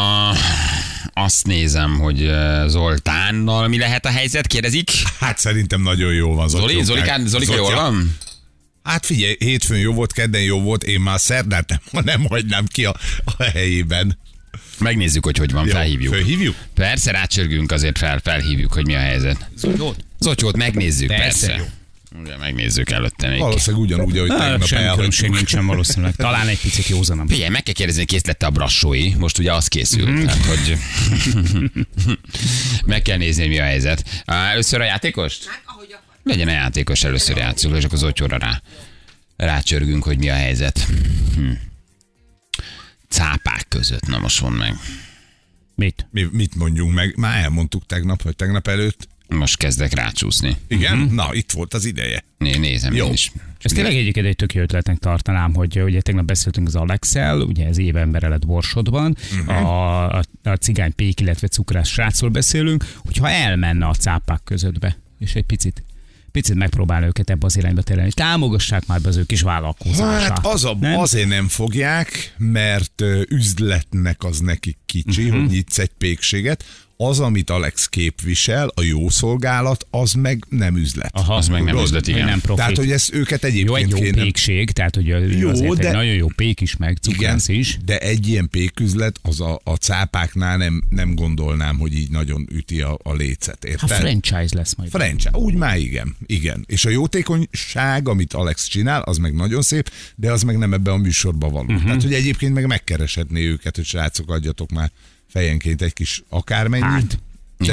B: Azt nézem, hogy ö, Zoltánnal mi lehet a helyzet, kérdezik.
C: Hát szerintem nagyon jó van Zoli.
B: Zoli, Zolikán, Zolika jól van?
C: Hát figyelj, hétfőn jó volt, kedden jó volt, én már szerdát nem, nem hagynám ki a, a helyében.
B: Megnézzük, hogy hogy van,
C: Jó,
B: felhívjuk.
C: Felhívjuk?
B: Persze, rácsörgünk azért fel, felhívjuk, hogy mi a helyzet.
D: Zotyót?
B: Zotyót megnézzük,
D: Persze.
B: persze. Ugye megnézzük előtte még.
C: Valószínűleg ugyanúgy, ahogy tegnap
D: Semmi különbség
C: elhagytuk.
D: nincsen valószínűleg. Talán egy picit józanabb.
B: Figyelj, meg kell kérdezni, hogy kész lett a brassói, most ugye az készül, tehát hogy meg kell nézni, hogy mi a helyzet. Á, Először a játékost? Legyen a játékos, először játszul, és akkor az otyóra rá. Rácsörgünk, hogy mi a helyzet. Hm. Cápák között, na most mondd meg.
D: Mit?
C: Mi, mit mondjunk meg? Már elmondtuk tegnap, vagy tegnap előtt.
B: Most kezdek rácsúszni.
C: Igen? Mm-hmm. Na, itt volt az ideje.
B: Né, nézem
C: Jó.
B: én is.
D: És tényleg egyébként egy tök jó ötletnek tartanám, hogy ugye tegnap beszéltünk az Alexel, ugye ez éve embere lett Borsodban,
C: Mhm.
D: uh-huh. a, a, a cigány pék, illetve cukrás srácról beszélünk, hogyha elmenne a cápák közöttbe, és egy picit picit megpróbál őket ebbe az irányba terelni. Támogassák már be az ő kis vállalkozását.
C: Hát az a,
D: nem?
C: azért nem
D: Mhm.
C: fogják, mert ö, üzletnek az nekik kicsi, hogy nyitsz egy pékséget. az, amit Alex képvisel, a jó szolgálat, az meg nem üzlet.
D: Aha,
B: Az meg nem
C: Tudod?
B: üzlet, igen.
D: nem profit.
C: Tehát, hogy ezt őket
D: jó, egy
C: egyébként
D: jó
C: kéne...
D: pékség, tehát hogy jó,
C: Jó,
D: azért de...
C: de-
D: egy nagyon jó pék is, meg cukrász is.
C: de egy ilyen péküzlet, az a, a cápáknál nem, nem gondolnám, hogy így nagyon üti a, a lécet,
D: Hát
C: érted?
D: franchise lesz majd.
C: Franchise, úgy már igen, igen. És a jótékonyság, amit Alex csinál, az meg nagyon szép, de az meg nem ebbe a műsorba való.
B: Mhm.
C: Uh-huh. Tehát, hogy egyébként meg megkereshetné őket, hogy srácok, adjatok már fejenként egy kis akármennyit. Hát,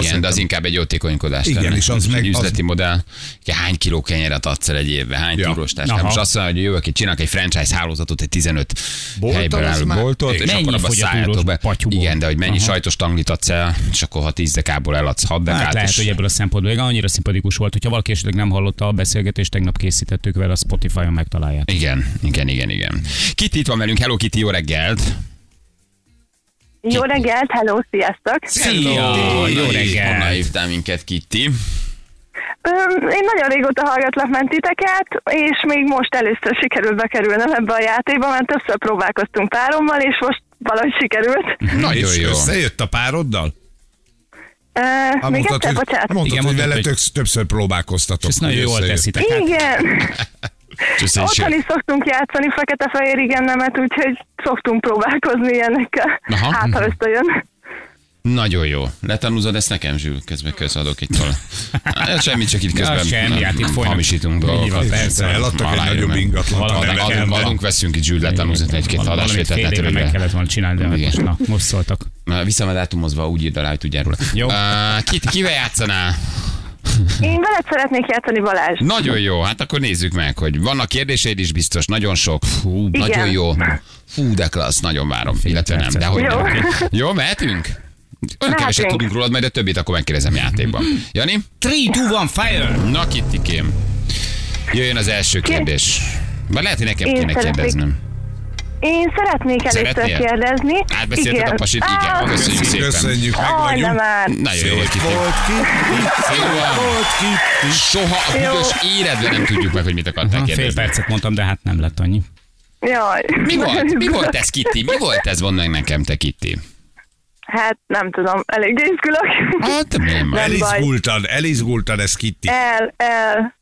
B: Igen, de az inkább egy jótékonykodás.
C: Igen,
B: lenne.
C: és az
B: Egy
C: meg-
B: üzleti
C: az-
B: modell, hogy hány kiló kenyeret adsz el egy évbe, hány
C: Ja.
B: túrós táskám,
D: Aha.
B: és azt mondja, hogy jövök, itt csinálok egy franchise hálózatot, egy 15
C: Bolttal
B: helyből
C: az
B: álló
C: már-
B: boltot, és
D: Mennyi
B: akkor abba
D: fogy a
B: szálljátok
D: túrós
B: be.
D: patyúból?
B: Igen, de hogy mennyi
D: Aha.
B: sajtos tanglit adsz el, és akkor ha 10 dekából eladsz 6 dekát,
D: Hát lehet,
B: és
D: hogy ebből a szempontból igen, annyira szimpatikus volt, hogyha valaki esetleg nem hallotta a beszélgetést, tegnap készítettük vele, a Spotify-on megtalálják.
B: igen, igen, igen, igen. Kitty itt van velünk, hello Kitty, jó reggelt!
E: Jó reggelt, hello, sziasztok!
D: Szia! Jó
B: Honnan
D: reggelt!
B: hívtál minket Kitty?
E: Öm, Én nagyon régóta hallgatlak mentiteket, és még most először sikerült bekerülnem ebbe a játékba, mert többször próbálkoztunk párommal, és most valahogy sikerült.
B: Nagyon
C: és
B: jó.
C: összejött a pároddal?
E: Ö,
C: Hát
E: még
C: mondtad,
E: egyszer,
C: hogy,
E: bocsánat.
C: mondtad,
D: Igen,
C: hogy
D: mondtad,
C: vele
D: hogy-
C: töksz- többször próbálkoztatok.
D: És ezt nagyon
C: hogy
D: jól
C: összejött.
D: teszitek. Hát
E: Igen,
B: Köszönjük.
E: otthon is szoktunk játszani fekete-fehér igennemet, úgyhogy szoktunk próbálkozni ilyenekkel.
B: Aha. Mhm.
E: Hát, ha összejön.
B: Nagyon jó. Letanúzod ezt nekem, Zsül? Közben kösz adok itt tollat. Hát, semmit, csak itt közben
D: semmi, hát itt folynak.
B: hamisítunk
D: Így van,
B: dolgokat.
C: persze, eladtak egy
B: Aláírjuk
C: nagyobb
B: meg.
C: ingatlant a
B: Adunk-
C: neveken,
B: Adunk,
C: mert-
B: adunk, veszünk itt Zsül letanúzott egy-két
D: Val- valamit
B: adásvételt.
D: fél
B: lehet,
D: éve
B: hogy
D: meg
B: le-
D: kellett volna csinálni, de hát
B: Igen.
D: most, na, most szóltak.
B: Na, Visszamedátumozva úgy írd alá, hogy tudjál róla.
D: Jó.
B: Uh, kit, kivel játszanál?
E: Én veled szeretnék játszani, Balázs.
B: Nagyon jó, hát akkor nézzük meg, hogy vannak kérdéseid is biztos, nagyon sok. Fú,
E: Igen.
B: nagyon jó. Fú, de klassz, nagyon várom. Illetve nem,
D: percet.
B: de hogy
E: Jó.
B: nem. Jó, mehetünk? Olyan keveset
E: Mehetünk.
B: tudunk rólad, majd a többit akkor megkérdezem játékban. Jani?
D: 3, 2, 1, fire!
B: Na, kittikém. Jöjjön az első kérdés. Bár lehet, hogy nekem
E: Én
B: kéne
E: szeretnék.
B: kérdeznem.
E: Én szeretnék először
B: Szeretnél?
E: kérdezni.
B: Átbeszélted Hát, a pasit? Igen.
E: Á,
B: Köszönjük szépen.
C: Köszönjük, meg
E: Aj,
C: vagyunk.
E: nem már.
B: Nagyon jó,
C: Szép
B: hogy kittikém.
C: volt ki, szép
B: van.
C: volt ki.
B: Soha a
E: Jó.
B: büdös életben nem tudjuk meg, hogy mit akartál
D: Fél
B: kérdezni.
D: percet mondtam, de hát nem lett annyi.
E: Jaj.
B: Mi volt? Mi volt ez, Kitty? Mi volt ez, mondd meg nekem, te Kitty?
E: Hát nem tudom, elég izgulok.
B: Hát nem.
E: Nem baj.
C: Elizgultad, elizgultad, ez Kitty.
E: El, el,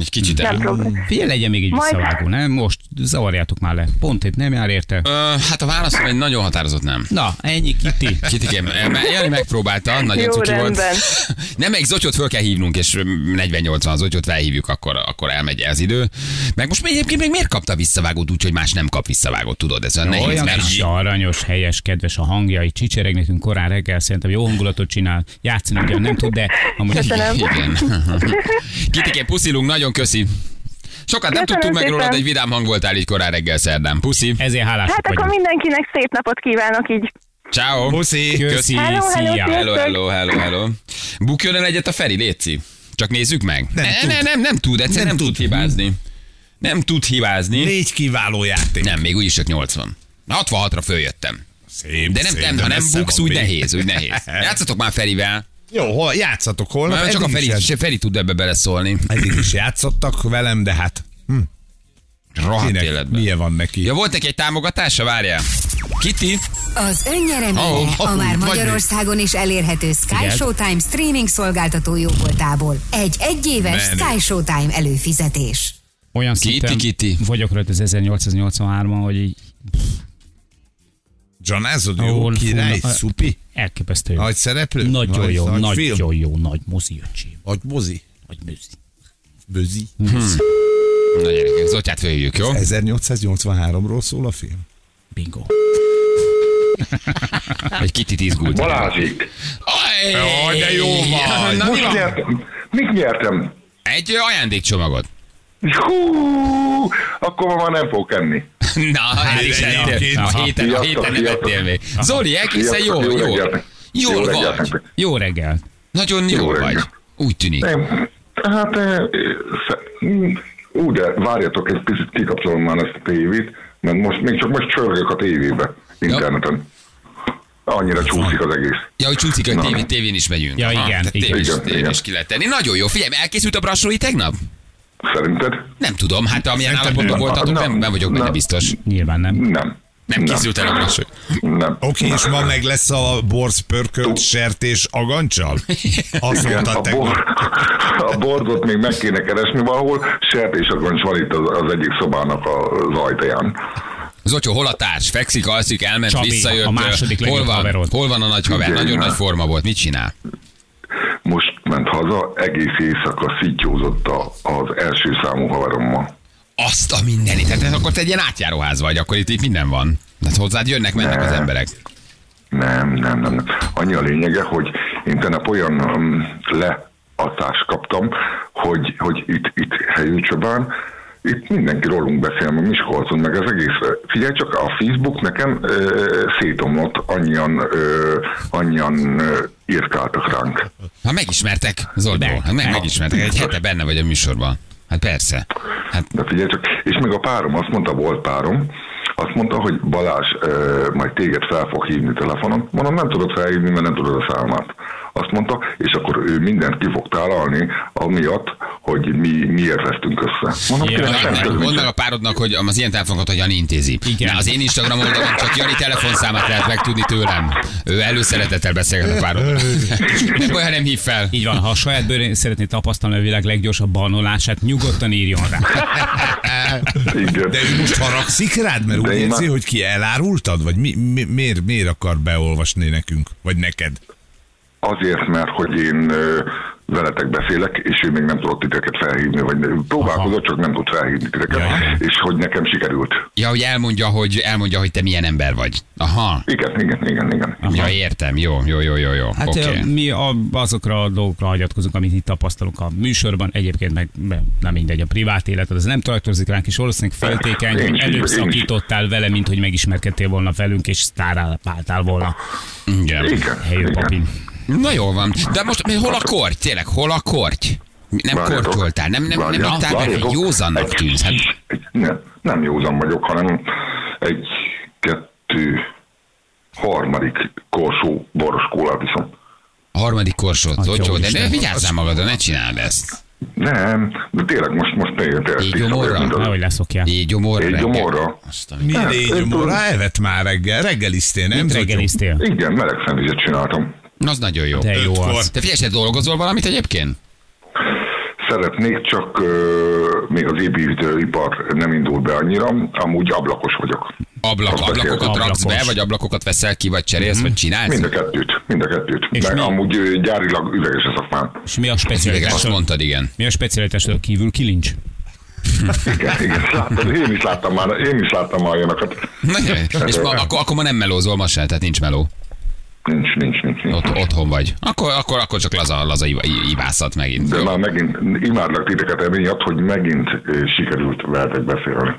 B: Egy kicsit
E: nem
B: el.
E: probléma.
D: Figyelj, legyen még egy
E: Majd-
D: visszavágó, nem? Most zavarjátok már le. Pont épp nem jár érte.
B: Ö, hát a válaszom egy nagyon határozott nem.
D: Na, ennyi, Kitty.
B: Kitikém, Jani megpróbálta, nagyon
E: Jó,
B: cuki volt.
E: rendben.
B: Nem, egy zotyot föl kell hívnunk, és 40-80 az zotyot felhívjuk, akkor, akkor elmegy ez idő. Meg most még egyébként még miért kapta visszavágót úgy, hogy más nem kap visszavágót, tudod? Ez olyan nehéz,
D: Olyan
B: mert
D: kis aranyos, helyes, kedves a hangja, így csicsereg nekünk korán reggel, szerintem jó hangulatot csinál, játszani ugyan nem tud, de amúgy
E: Köszönöm.
B: Igen. Kitikém, puszilunk, nagyon köszi. Sokat nem
E: Köszönöm
B: tudtuk meg
E: szépen.
B: rólad, egy vidám hang voltál így korán reggel szerdán. Puszi.
D: ezért hálások
E: Hát akkor
D: vagyunk.
E: mindenkinek szép napot kívánok így.
B: Ciao.
C: Puszi.
D: Köszi,
E: Hello, hello,
D: szia.
E: sziasztok.
B: Hello, hello, hello, hello. Bukjon el egyet a Feri, Léci. Csak nézzük meg.
C: Nem
B: ne,
C: tud.
B: ne, nem, nem tud, egyszerűen nem, nem
C: Nem
B: tud
C: tud.
B: hibázni. Nem tud hibázni.
C: Négy kiváló játék.
B: Nem, még úgyis csak 80. 66-ra följöttem.
C: Szép,
B: De nem,
C: szép,
B: nem ha nem
C: messze
B: buksz,
C: van
B: úgy
C: még.
B: nehéz, úgy nehéz. Játszatok már Ferivel.
C: Jó, hol játszatok holnap.
B: Már csak a
C: eddig
B: Feri,
C: is játsz-
B: se Feri tud ebbe beleszólni.
C: Eddig is játszottak velem, de hát
B: Rohadt
C: kinek,
B: életben.
C: milyen van neki.
B: Ja, volt neki egy támogatása, várjál. Kitty?
F: Az önnyereménye
B: Ó, ó,
F: a már
B: vagy
F: Magyarországon is elérhető Sky
D: Igen.
F: Showtime streaming szolgáltató jóvoltából. Egy egyéves
B: Menő.
F: Sky Showtime előfizetés.
D: Olyan
B: Kitty,
D: szinten
B: Kitty.
D: vagyok rajta az 1883-ban, hogy így
C: Johnázod, jó
D: Ahol
C: király,
D: fúna-
C: szupi.
D: elképesztő.
C: Nagy szereplő.
D: nagyon
C: nagy,
D: jó,
C: nagy
D: nagyon
C: film.
D: jó, nagy mozi öcsi,
C: Nagy mozi.
D: nagy műzi.
C: Bözi.
D: Mhm.
B: Na gyerekek, Zotyát fölhívjuk, jó?
C: 1883-ról szól a film.
D: Bingo.
B: Egy Kitty izgult.
G: Balázsik.
B: Aj,
C: Jaj, de jó vagy.
B: Na, mi
G: Most
B: van?
G: nyertem. Mit nyertem?
B: Egy ö, ajándékcsomagot.
G: Hú, akkor ma már nem fogok enni.
B: Na, hát is
C: igen,
B: eltér.
C: igen.
B: A héten, a
G: Sziasztok,
B: héten nem
G: sziasztok.
B: ettél még. Zoli, egészen jó,
G: Sziasztok, jó
B: jó.
G: reggelt. Jó
B: Jól
G: reggelt
B: vagy.
G: nektek.
D: Jó reggel.
B: Nagyon jó
G: reggelt.
B: vagy. Úgy tűnik.
G: Nem, hát, eh, sze- mm, ú, de várjatok egy picit, kikapcsolom már ezt a tévét, mert most, még csak most csörgök a tévébe, interneten. Annyira csúszik az egész.
B: Ja, hogy csúszik, hogy
G: Na.
B: tévé, tévén is megyünk.
D: Ja,
B: Aha,
D: igen,
B: tehát
D: igen.
B: Tévén is,
G: Igen,
B: tévén
G: igen.
B: is ki lehet tenni. Nagyon jó. Figyelj, elkészült a brassói tegnap?
G: Szerinted?
B: Nem tudom, hát amilyen állapotban
G: nem.
B: voltatok, nem, nem vagyok benne
G: Nem.
B: biztos.
D: Nyilván nem.
G: Nem.
B: Nem készült el a brassó.
G: Nem.
C: Oké, okay, és ma meg lesz a borz pörkölt sertés agancsal? Azt
G: Igen,
C: mondtad
G: a,
C: tegnap.
G: bor, a borzot még meg kéne keresni valahol, sertés agancs van itt az, az egyik szobának az ajtaján.
B: Zotyó, hol a társ? Fekszik, alszik, elment,
D: Csabi,
B: visszajött.
D: a második
B: hol
D: legjobb
B: van,
D: haverod.
B: hol van a nagy haver?
G: Igen.
B: Nagyon nagy forma volt. Mit csinál?
G: Most ment haza, egész éjszaka szityózott a, az első számú haverommal.
B: Azt a mindenit. Tehát ez akkor te egy ilyen átjáróház vagy, akkor itt, itt minden van. Tehát hozzád jönnek, mennek az emberek.
G: Nem, nem, nem. nem. Annyi a lényege, hogy én tegnap olyan um, leatást kaptam, hogy, hogy itt, itt helyűcsöbán, itt mindenki rólunk beszél, meg Miskolcon, meg az egész. Figyelj csak, a Facebook nekem ö, szétomlott, annyian, ö, annyian ö, írkáltak ránk.
B: Ha Hát megismertek, Zoltó, hát meg, megismertek. Egy hete benne vagy a műsorban. Hát persze. Hát
G: De figyelj csak, és még a párom, azt mondta, volt párom, azt mondta, hogy Balázs ö, majd téged fel fog hívni telefonon. Mondom, nem tudok felhívni, mert nem tudod a számát. Azt mondta, és akkor ő mindent ki fog tálalni, amiatt, hogy mi, miért vesztünk össze. Mondom,
D: Ja,
G: yeah,
B: Mondd
G: nem
B: meg-
G: tudom,
B: hát Mondd meg
G: mit-
B: a párodnak, hogy az ilyen telefonokat hogyan intézi.
D: Igen.
B: Na, az én Instagram oldalon csak Jani telefonszámát lehet megtudni tőlem. Ő előszeretettel beszélget a párodnak. Nem olyan nem hív fel.
D: Így van, ha a saját bőrén szeretné tapasztalni a világ leggyorsabb banolását, nyugodtan írjon rá.
G: Igen.
C: De ő most haragszik rád, mert
G: De
C: úgy
G: én
C: érzi,
G: már-
C: hogy ki elárultad? Vagy mi, mi, miért, miért akar beolvasni nekünk? Vagy neked?
G: Azért, mert hogy én ö, veletek beszélek, és ő még nem tudott titeket felhívni, vagy próbálkozott, csak nem tud felhívni titeket,
C: Jaj.
G: és hogy nekem sikerült.
B: Ja, hogy elmondja, hogy, elmondja, hogy te milyen ember vagy. Aha.
G: Igen, igen, igen, igen.
B: Ja, értem. Jó, jó, jó, jó, jó.
D: Hát
B: Oké.
D: okay. mi a, azokra a dolgokra hagyatkozunk, amit itt tapasztalunk a műsorban, egyébként meg be- nem mindegy, a privát életed, az nem tartozik ránk, és valószínűleg féltékeny, hogy előbb szakítottál vele, mint hogy megismerkedtél volna velünk, és sztárá váltál volna
B: Igen.
G: Igen,
D: helyő
G: igen.
D: papin.
B: Na jó van. De most mi- hol a korty? Tényleg, hol a korty? Mi- Nem
G: Várjatok.
B: kortyoltál, nem, nem, nem
G: Várjatok,
B: adtál meg,
G: várjatok.
B: egy józannak
G: Egy-
B: tűnsz. Hát,
G: egy- Nem, nem józan vagyok, hanem egy, kettő, harmadik korsó boros kólát iszom.
B: a harmadik korsót, Zotyó, de
D: Úristen.
B: ne vigyázzál magadra, ne csináld ezt.
G: Nem, de tényleg most, most tényleg, tényleg
B: Így
G: tiszta
B: gyomorra?
G: vagyok, mint az-
D: Nehogy leszokjál.
B: Így gyomorra.
G: Így
B: reggel.
G: gyomorra.
B: Azt a mi-
C: Mi
G: Nem,
C: légy
G: nem tudom.
C: mora? Evett már reggel. Reggeliztél, nem?
D: Mit
C: Zotyó?
D: reggeliztél?
G: Igen, meleg szendvicset csináltam.
B: Na, Az nagyon jó.
D: De jó
C: Ötkor.
D: az.
B: Te figyelj, te dolgozol valamit egyébként?
G: Szeretnék, csak ö, még az építőipar nem indul be annyira, amúgy ablakos vagyok.
B: Ablak,
G: Ablakos.
B: ablakokat raksz be,
D: Ablakos. Mhm.
B: vagy ablakokat veszel ki, vagy cserélsz, vagy csinálsz?
G: Mind a kettőt, mind a kettőt.
D: És
G: Meg
D: mi?
G: amúgy ö, gyárilag üveges a szakmám.
D: És mi a
B: Igen, azt
D: specialitásod?
B: mondtad, igen.
D: Mi a specialitásod kívül kilincs?
G: Igen, igen, láttam, én is láttam már, én is láttam már olyanokat.
B: Na, jaj. És ma, akkor, akkor ma nem melózol ma se, tehát nincs meló.
G: Nincs, nincs, nincs. nincs.
B: Ott, otthon vagy. Akkor, akkor, akkor csak laza, laza iva- i- ivászat megint.
G: De már megint imádlak titeket emiatt, hogy megint ö, sikerült veletek beszélni.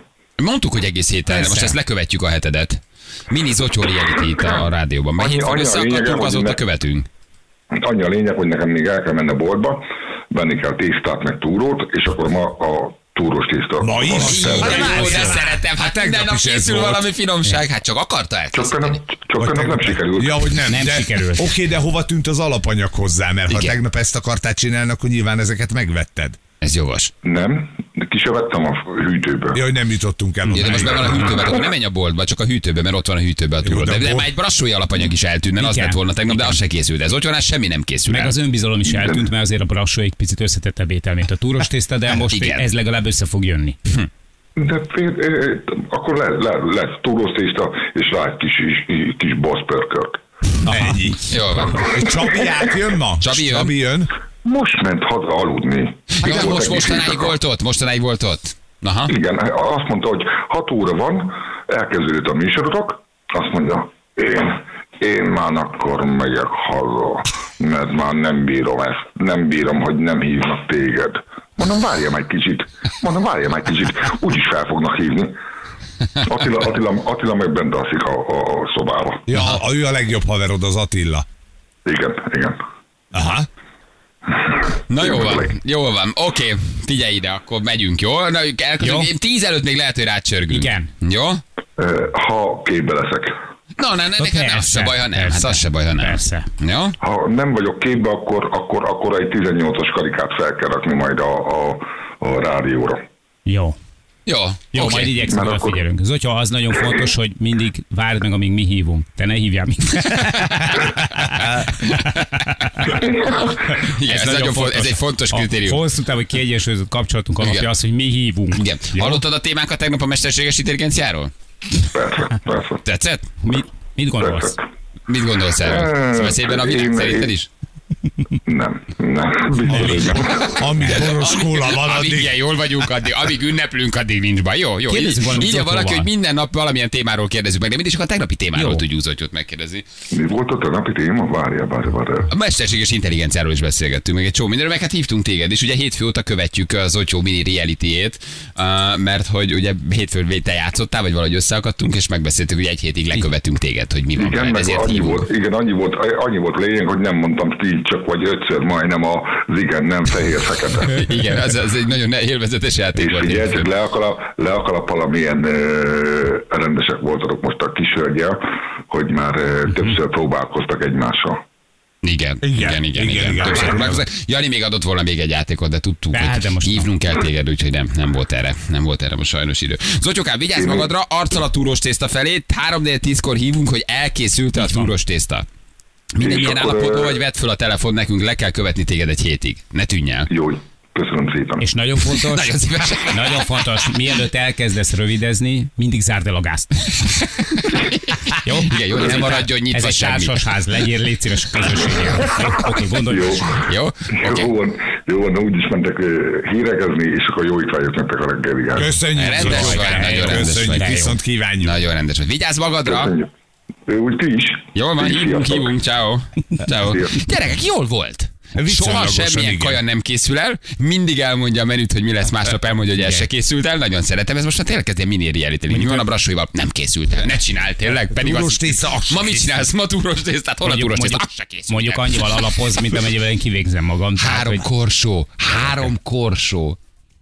B: Mondtuk, hogy egész héten,
D: Persze.
B: most ezt lekövetjük a hetedet. Mini Zotyó reality itt a rádióban. Mert
G: Annyi-
B: hétfőn
G: annyi a lényege,
B: összeakadtunk,
G: hogy
B: azóta
G: ne-
B: követünk.
G: Hát Annyi a lényeg, hogy nekem még el kell menni a boltba, venni kell tésztát, meg túrót, és akkor ma a túrós tészta.
C: Ma is? Hát
G: Alatt-
B: De
C: Jaj,
B: jó, de
C: jaj.
B: szeretem, hát minden
C: tegnap
B: nap
C: is ez
B: készül
C: volt.
B: valami finomság, hát csak akarta
G: Csak tegnap,
B: elkészíteni.
G: csak tegnap nem sikerült.
C: Ja, hogy nem.
D: Nem
C: de,
D: sikerült.
C: Oké, de hova tűnt az alapanyag hozzá? Mert ha
B: Igen.
C: tegnap ezt akartál csinálni, akkor nyilván ezeket megvetted.
B: Ez jogos.
G: Nem, ki se vettem a hűtőből.
C: Jaj, nem jutottunk el.
B: Ja, de most be van a hűtőbe, akkor nem menj a boltba, csak a hűtőbe, mert ott van a hűtőbe a túró.
C: Jó, de
B: De, de
C: bolt-
B: már egy brassói alapanyag is eltűnt, mert az
D: Igen.
B: lett volna tegnap, de az se készült. Ez otthon semmi nem készül
D: Meg
B: el.
D: az önbizalom is eltűnt, mert azért a brassó egy picit összetettebb étel, mint a túros tészta, de most
B: Hát, Igen. Hát
D: ez legalább össze fog jönni.
G: De fél, ö, ö, akkor le, le, lesz túrós tészta, és rá egy kis, kis, kis baszpörkört.
C: Ennyi.
B: Jó van.
C: Csabi átjön ma?
B: Csabi jön.
C: Csabi jön.
G: Most ment haza aludni.
B: Jó,
G: Itt volt
B: Hát most,
G: egy kis
B: mostanáig
G: éjszaka.
B: volt ott, mostanáig volt ott. Aha.
G: Igen, azt mondta, hogy 6 óra van, elkezdődött a műsorotok, azt mondja, én, én már akkor megyek haza, mert már nem bírom ezt, nem bírom, hogy nem hívnak téged. Mondom, várjam egy kicsit, mondom, várjam egy kicsit, úgyis fel fognak hívni. Attila, Attila, Attila meg bent alszik a, a, a szobába.
C: Ja, a, ő a legjobb haverod, az Attila.
G: Igen, igen.
C: Aha.
B: Na jó van, jó van. Oké, figyelj ide, akkor megyünk, jó? Na, elkezdünk. Én tíz előtt még lehet, hogy rácsörgünk.
D: Igen.
B: Jó?
G: Ö, Ha képbe leszek,
B: Na, ne, ne, neked nem, az
D: persze,
B: se baj, ha nem. Hát
D: persze.
B: az se baj, ha nem.
D: Persze.
B: Jó?
G: ha nem vagyok képbe, akkor, akkor, akkor egy 18-as karikát fel kell rakni majd a, a, a rádióra.
D: Jó.
B: Jó,
D: Jó, okay. majd
B: oké.
D: igyekszünk,
G: Már
D: oda
G: akkor-
D: figyelünk. Zotya, az nagyon fontos, hogy mindig várd meg, amíg mi hívunk. Te ne hívjál minket.
B: Igen, ez, nagyon fo- ez egy fontos kritérium.
D: A hosszú távú kiegyensúlyozott kapcsolatunk alapja
B: Igen.
D: az, hogy mi hívunk.
B: Igen.
D: Jó?
B: Hallottad a témákat tegnap a mesterséges intelligenciáról?
G: Persze, persze.
B: Tetszett?
D: Mit, mit gondolsz?
G: persze.
B: Mit gondolsz erről?
G: Ö,
B: Szóval szépen a világ
G: én-
B: szerinted is?
G: Nem, nem. Biztos, hogy nem.
C: Amíg koroskóla van,
B: Amíg
C: addig
B: ilyen jól vagyunk, addig, amíg ünneplünk, addig nincs baj. Jó, jó.
D: Kérdezzük
B: Így,
D: valamit
B: így
D: Zottóval.
B: valaki, hogy minden nap valamilyen témáról kérdezzük meg, de mindig csak a tegnapi témáról
D: Jó.
B: tudjuk Zotyót megkérdezni.
G: Mi volt ott a napi téma? Várjál, várjál, várjál.
B: A mesterséges intelligenciáról is beszélgettünk, meg egy csomó mindenről, meg hát hívtunk téged, és ugye hétfő óta követjük az Zotyó mini reality-ét, ah, mert hogy ugye hétfőn te játszottál, vagy valahogy összeakadtunk, és megbeszéltük, hogy egy hétig lekövetünk téged, hogy mi van.
G: Igen,
B: veled,
G: meg
B: ezért
G: annyi
B: hívunk.
G: volt, igen, annyi volt, annyi volt lényeg, hogy nem mondtam ti csak vagy ötször majdnem az igen, nem fehér-fekete.
B: Igen, az, az egy nagyon ne- élvezetes játék
G: És
B: volt.
G: figyelj, csak
B: hétfőn.
G: le, akala, le akalappal, amilyen ö, rendesek voltatok most a kis hölgyel, hogy már
B: Mhm.
G: ö, többször próbálkoztak egymással.
B: Igen, igen, igen, igen. igen, igen,
C: igen.
B: igen. Jani még adott volna még egy játékot, de tudtuk,
D: De hát,
B: hogy
D: de most
B: hívnunk kell téged, úgyhogy nem, nem volt erre. Nem volt erre most sajnos idő. Zotyokám, vigyázz magadra, arccal a túrós tészta felé, 3 4 10 kor hívunk, hogy elkészült a túrós tészta. Minden
G: És
B: ilyen
G: akkor,
B: állapotban
G: ö,
B: vagy, vedd fel a telefon nekünk, le kell követni téged egy hétig. Ne tűnj el.
G: Jó, köszönöm szépen.
D: És nagyon fontos,
B: Nagyon szívesen.
D: nagyon fontos, mielőtt elkezdesz rövidezni, mindig zárd el a gázt. Jó?
B: Igen, jó,
D: Ez
B: nem
D: egy-
B: maradjon nyitva
D: Ez egy
B: semmi.
D: társasház, legyél légy szíves a közösségében. Jó? Oké, gondolj.
G: Jó.
B: Jó? Oké.
G: Jó, van, jó van, úgyis mentek ö, hírekezni, és akkor jó étvágyat nektek a reggelig.
C: köszönjük.
B: Rendes
C: Zoli.
B: vagy, nagyon rendes
C: Köszönjük,
B: vagy.
C: viszont kívánjuk.
B: Nagyon rendes vagy. Vigyázz magadra!
G: Köszönjük. Ö, Úgy ti is.
B: Jól van,
G: Ti is,
B: hívunk,
G: sziasztok.
B: hívunk, ciao. ciao.
G: Sziasztok.
B: Gyerekek, jól volt. Soha
C: Viszonylagosan,
B: semmilyen
C: igen.
B: kaja nem készül el, mindig elmondja a menüt, hogy mi lesz, másnap elmondja, hogy el se készült el, nagyon szeretem, ez most már tényleg kezd egy mini reality lenni. Mi van a brassóival? Nem készült el, ne csinál tényleg, pedig
C: Túrós
B: az...
C: tészta, az se
B: Ma mit
C: készült.
B: csinálsz? Ma túrós tésztát, hol a túrós tésztát? Az se készült
D: mondjuk
B: el.
D: annyival alapoz, mint amennyivel én kivégzem magam. Tehát,
B: Három
D: hogy-
B: korsó, három korsó.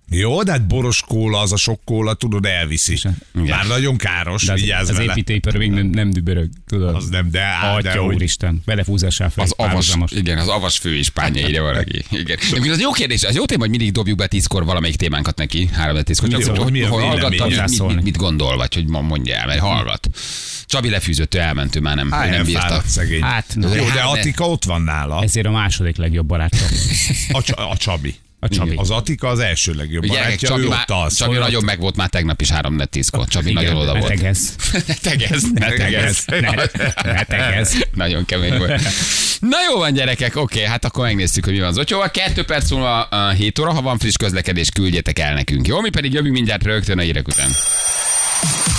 C: Jó, de hát boros kóla, az a sok kóla, tudod, elviszi. Már nagyon káros,
D: de az,
C: vigyázz
D: az
C: vele.
D: építőipar még nem, nem dübörög, tudod?
C: Az nem, de á, de
D: Atya
C: hogy-
D: úristen, vele fúzással fel.
B: Az avas,
D: párhuzamos.
B: igen, az avas fő is pánja ide valaki. Igen. Egyébként az jó kérdés, az jó téma, hogy mindig dobjuk be tízkor valamelyik témánkat neki, három tízkor, csak
C: Jó,
B: hogy, hogy,
C: mi a
B: hogy
C: véleménye?
B: hallgatta, mit, mit,
D: Hozzászólni.
B: mit, mit, gondol, vagy hogy ma mondja el, mert hallgat. Csabi lefűzött, ő elment, ő már nem, ő nem bírta.
C: Elfáradt szegény.
D: Hát, na,
C: Jó, de
B: hát ne.
C: Atika ott van nála.
D: ezért a második legjobb barátom.
C: A, Csa- a Csabi.
D: A Csabi.
C: Az Atika az első legjobb
B: Gyerekek,
C: barátja,
B: Csabi,
C: ő
B: már,
C: ott alsz. szóval-
B: Csabi nagyon meg volt már tegnap is három 4 tízkor. Csabi nagyon oda
D: Hát
B: volt.
D: betegez.
B: Ne tegezz, ne tegezz.
D: Ne, ne tegezz.
B: Nagyon kemény volt. Na jó van, gyerekek, oké, hát akkor megnéztük, hogy mi van az otyóval. Kettő perc múlva uh, 7 óra, ha van friss közlekedés, küldjetek el nekünk. Jó, mi pedig jövünk mindjárt rögtön a hírek után.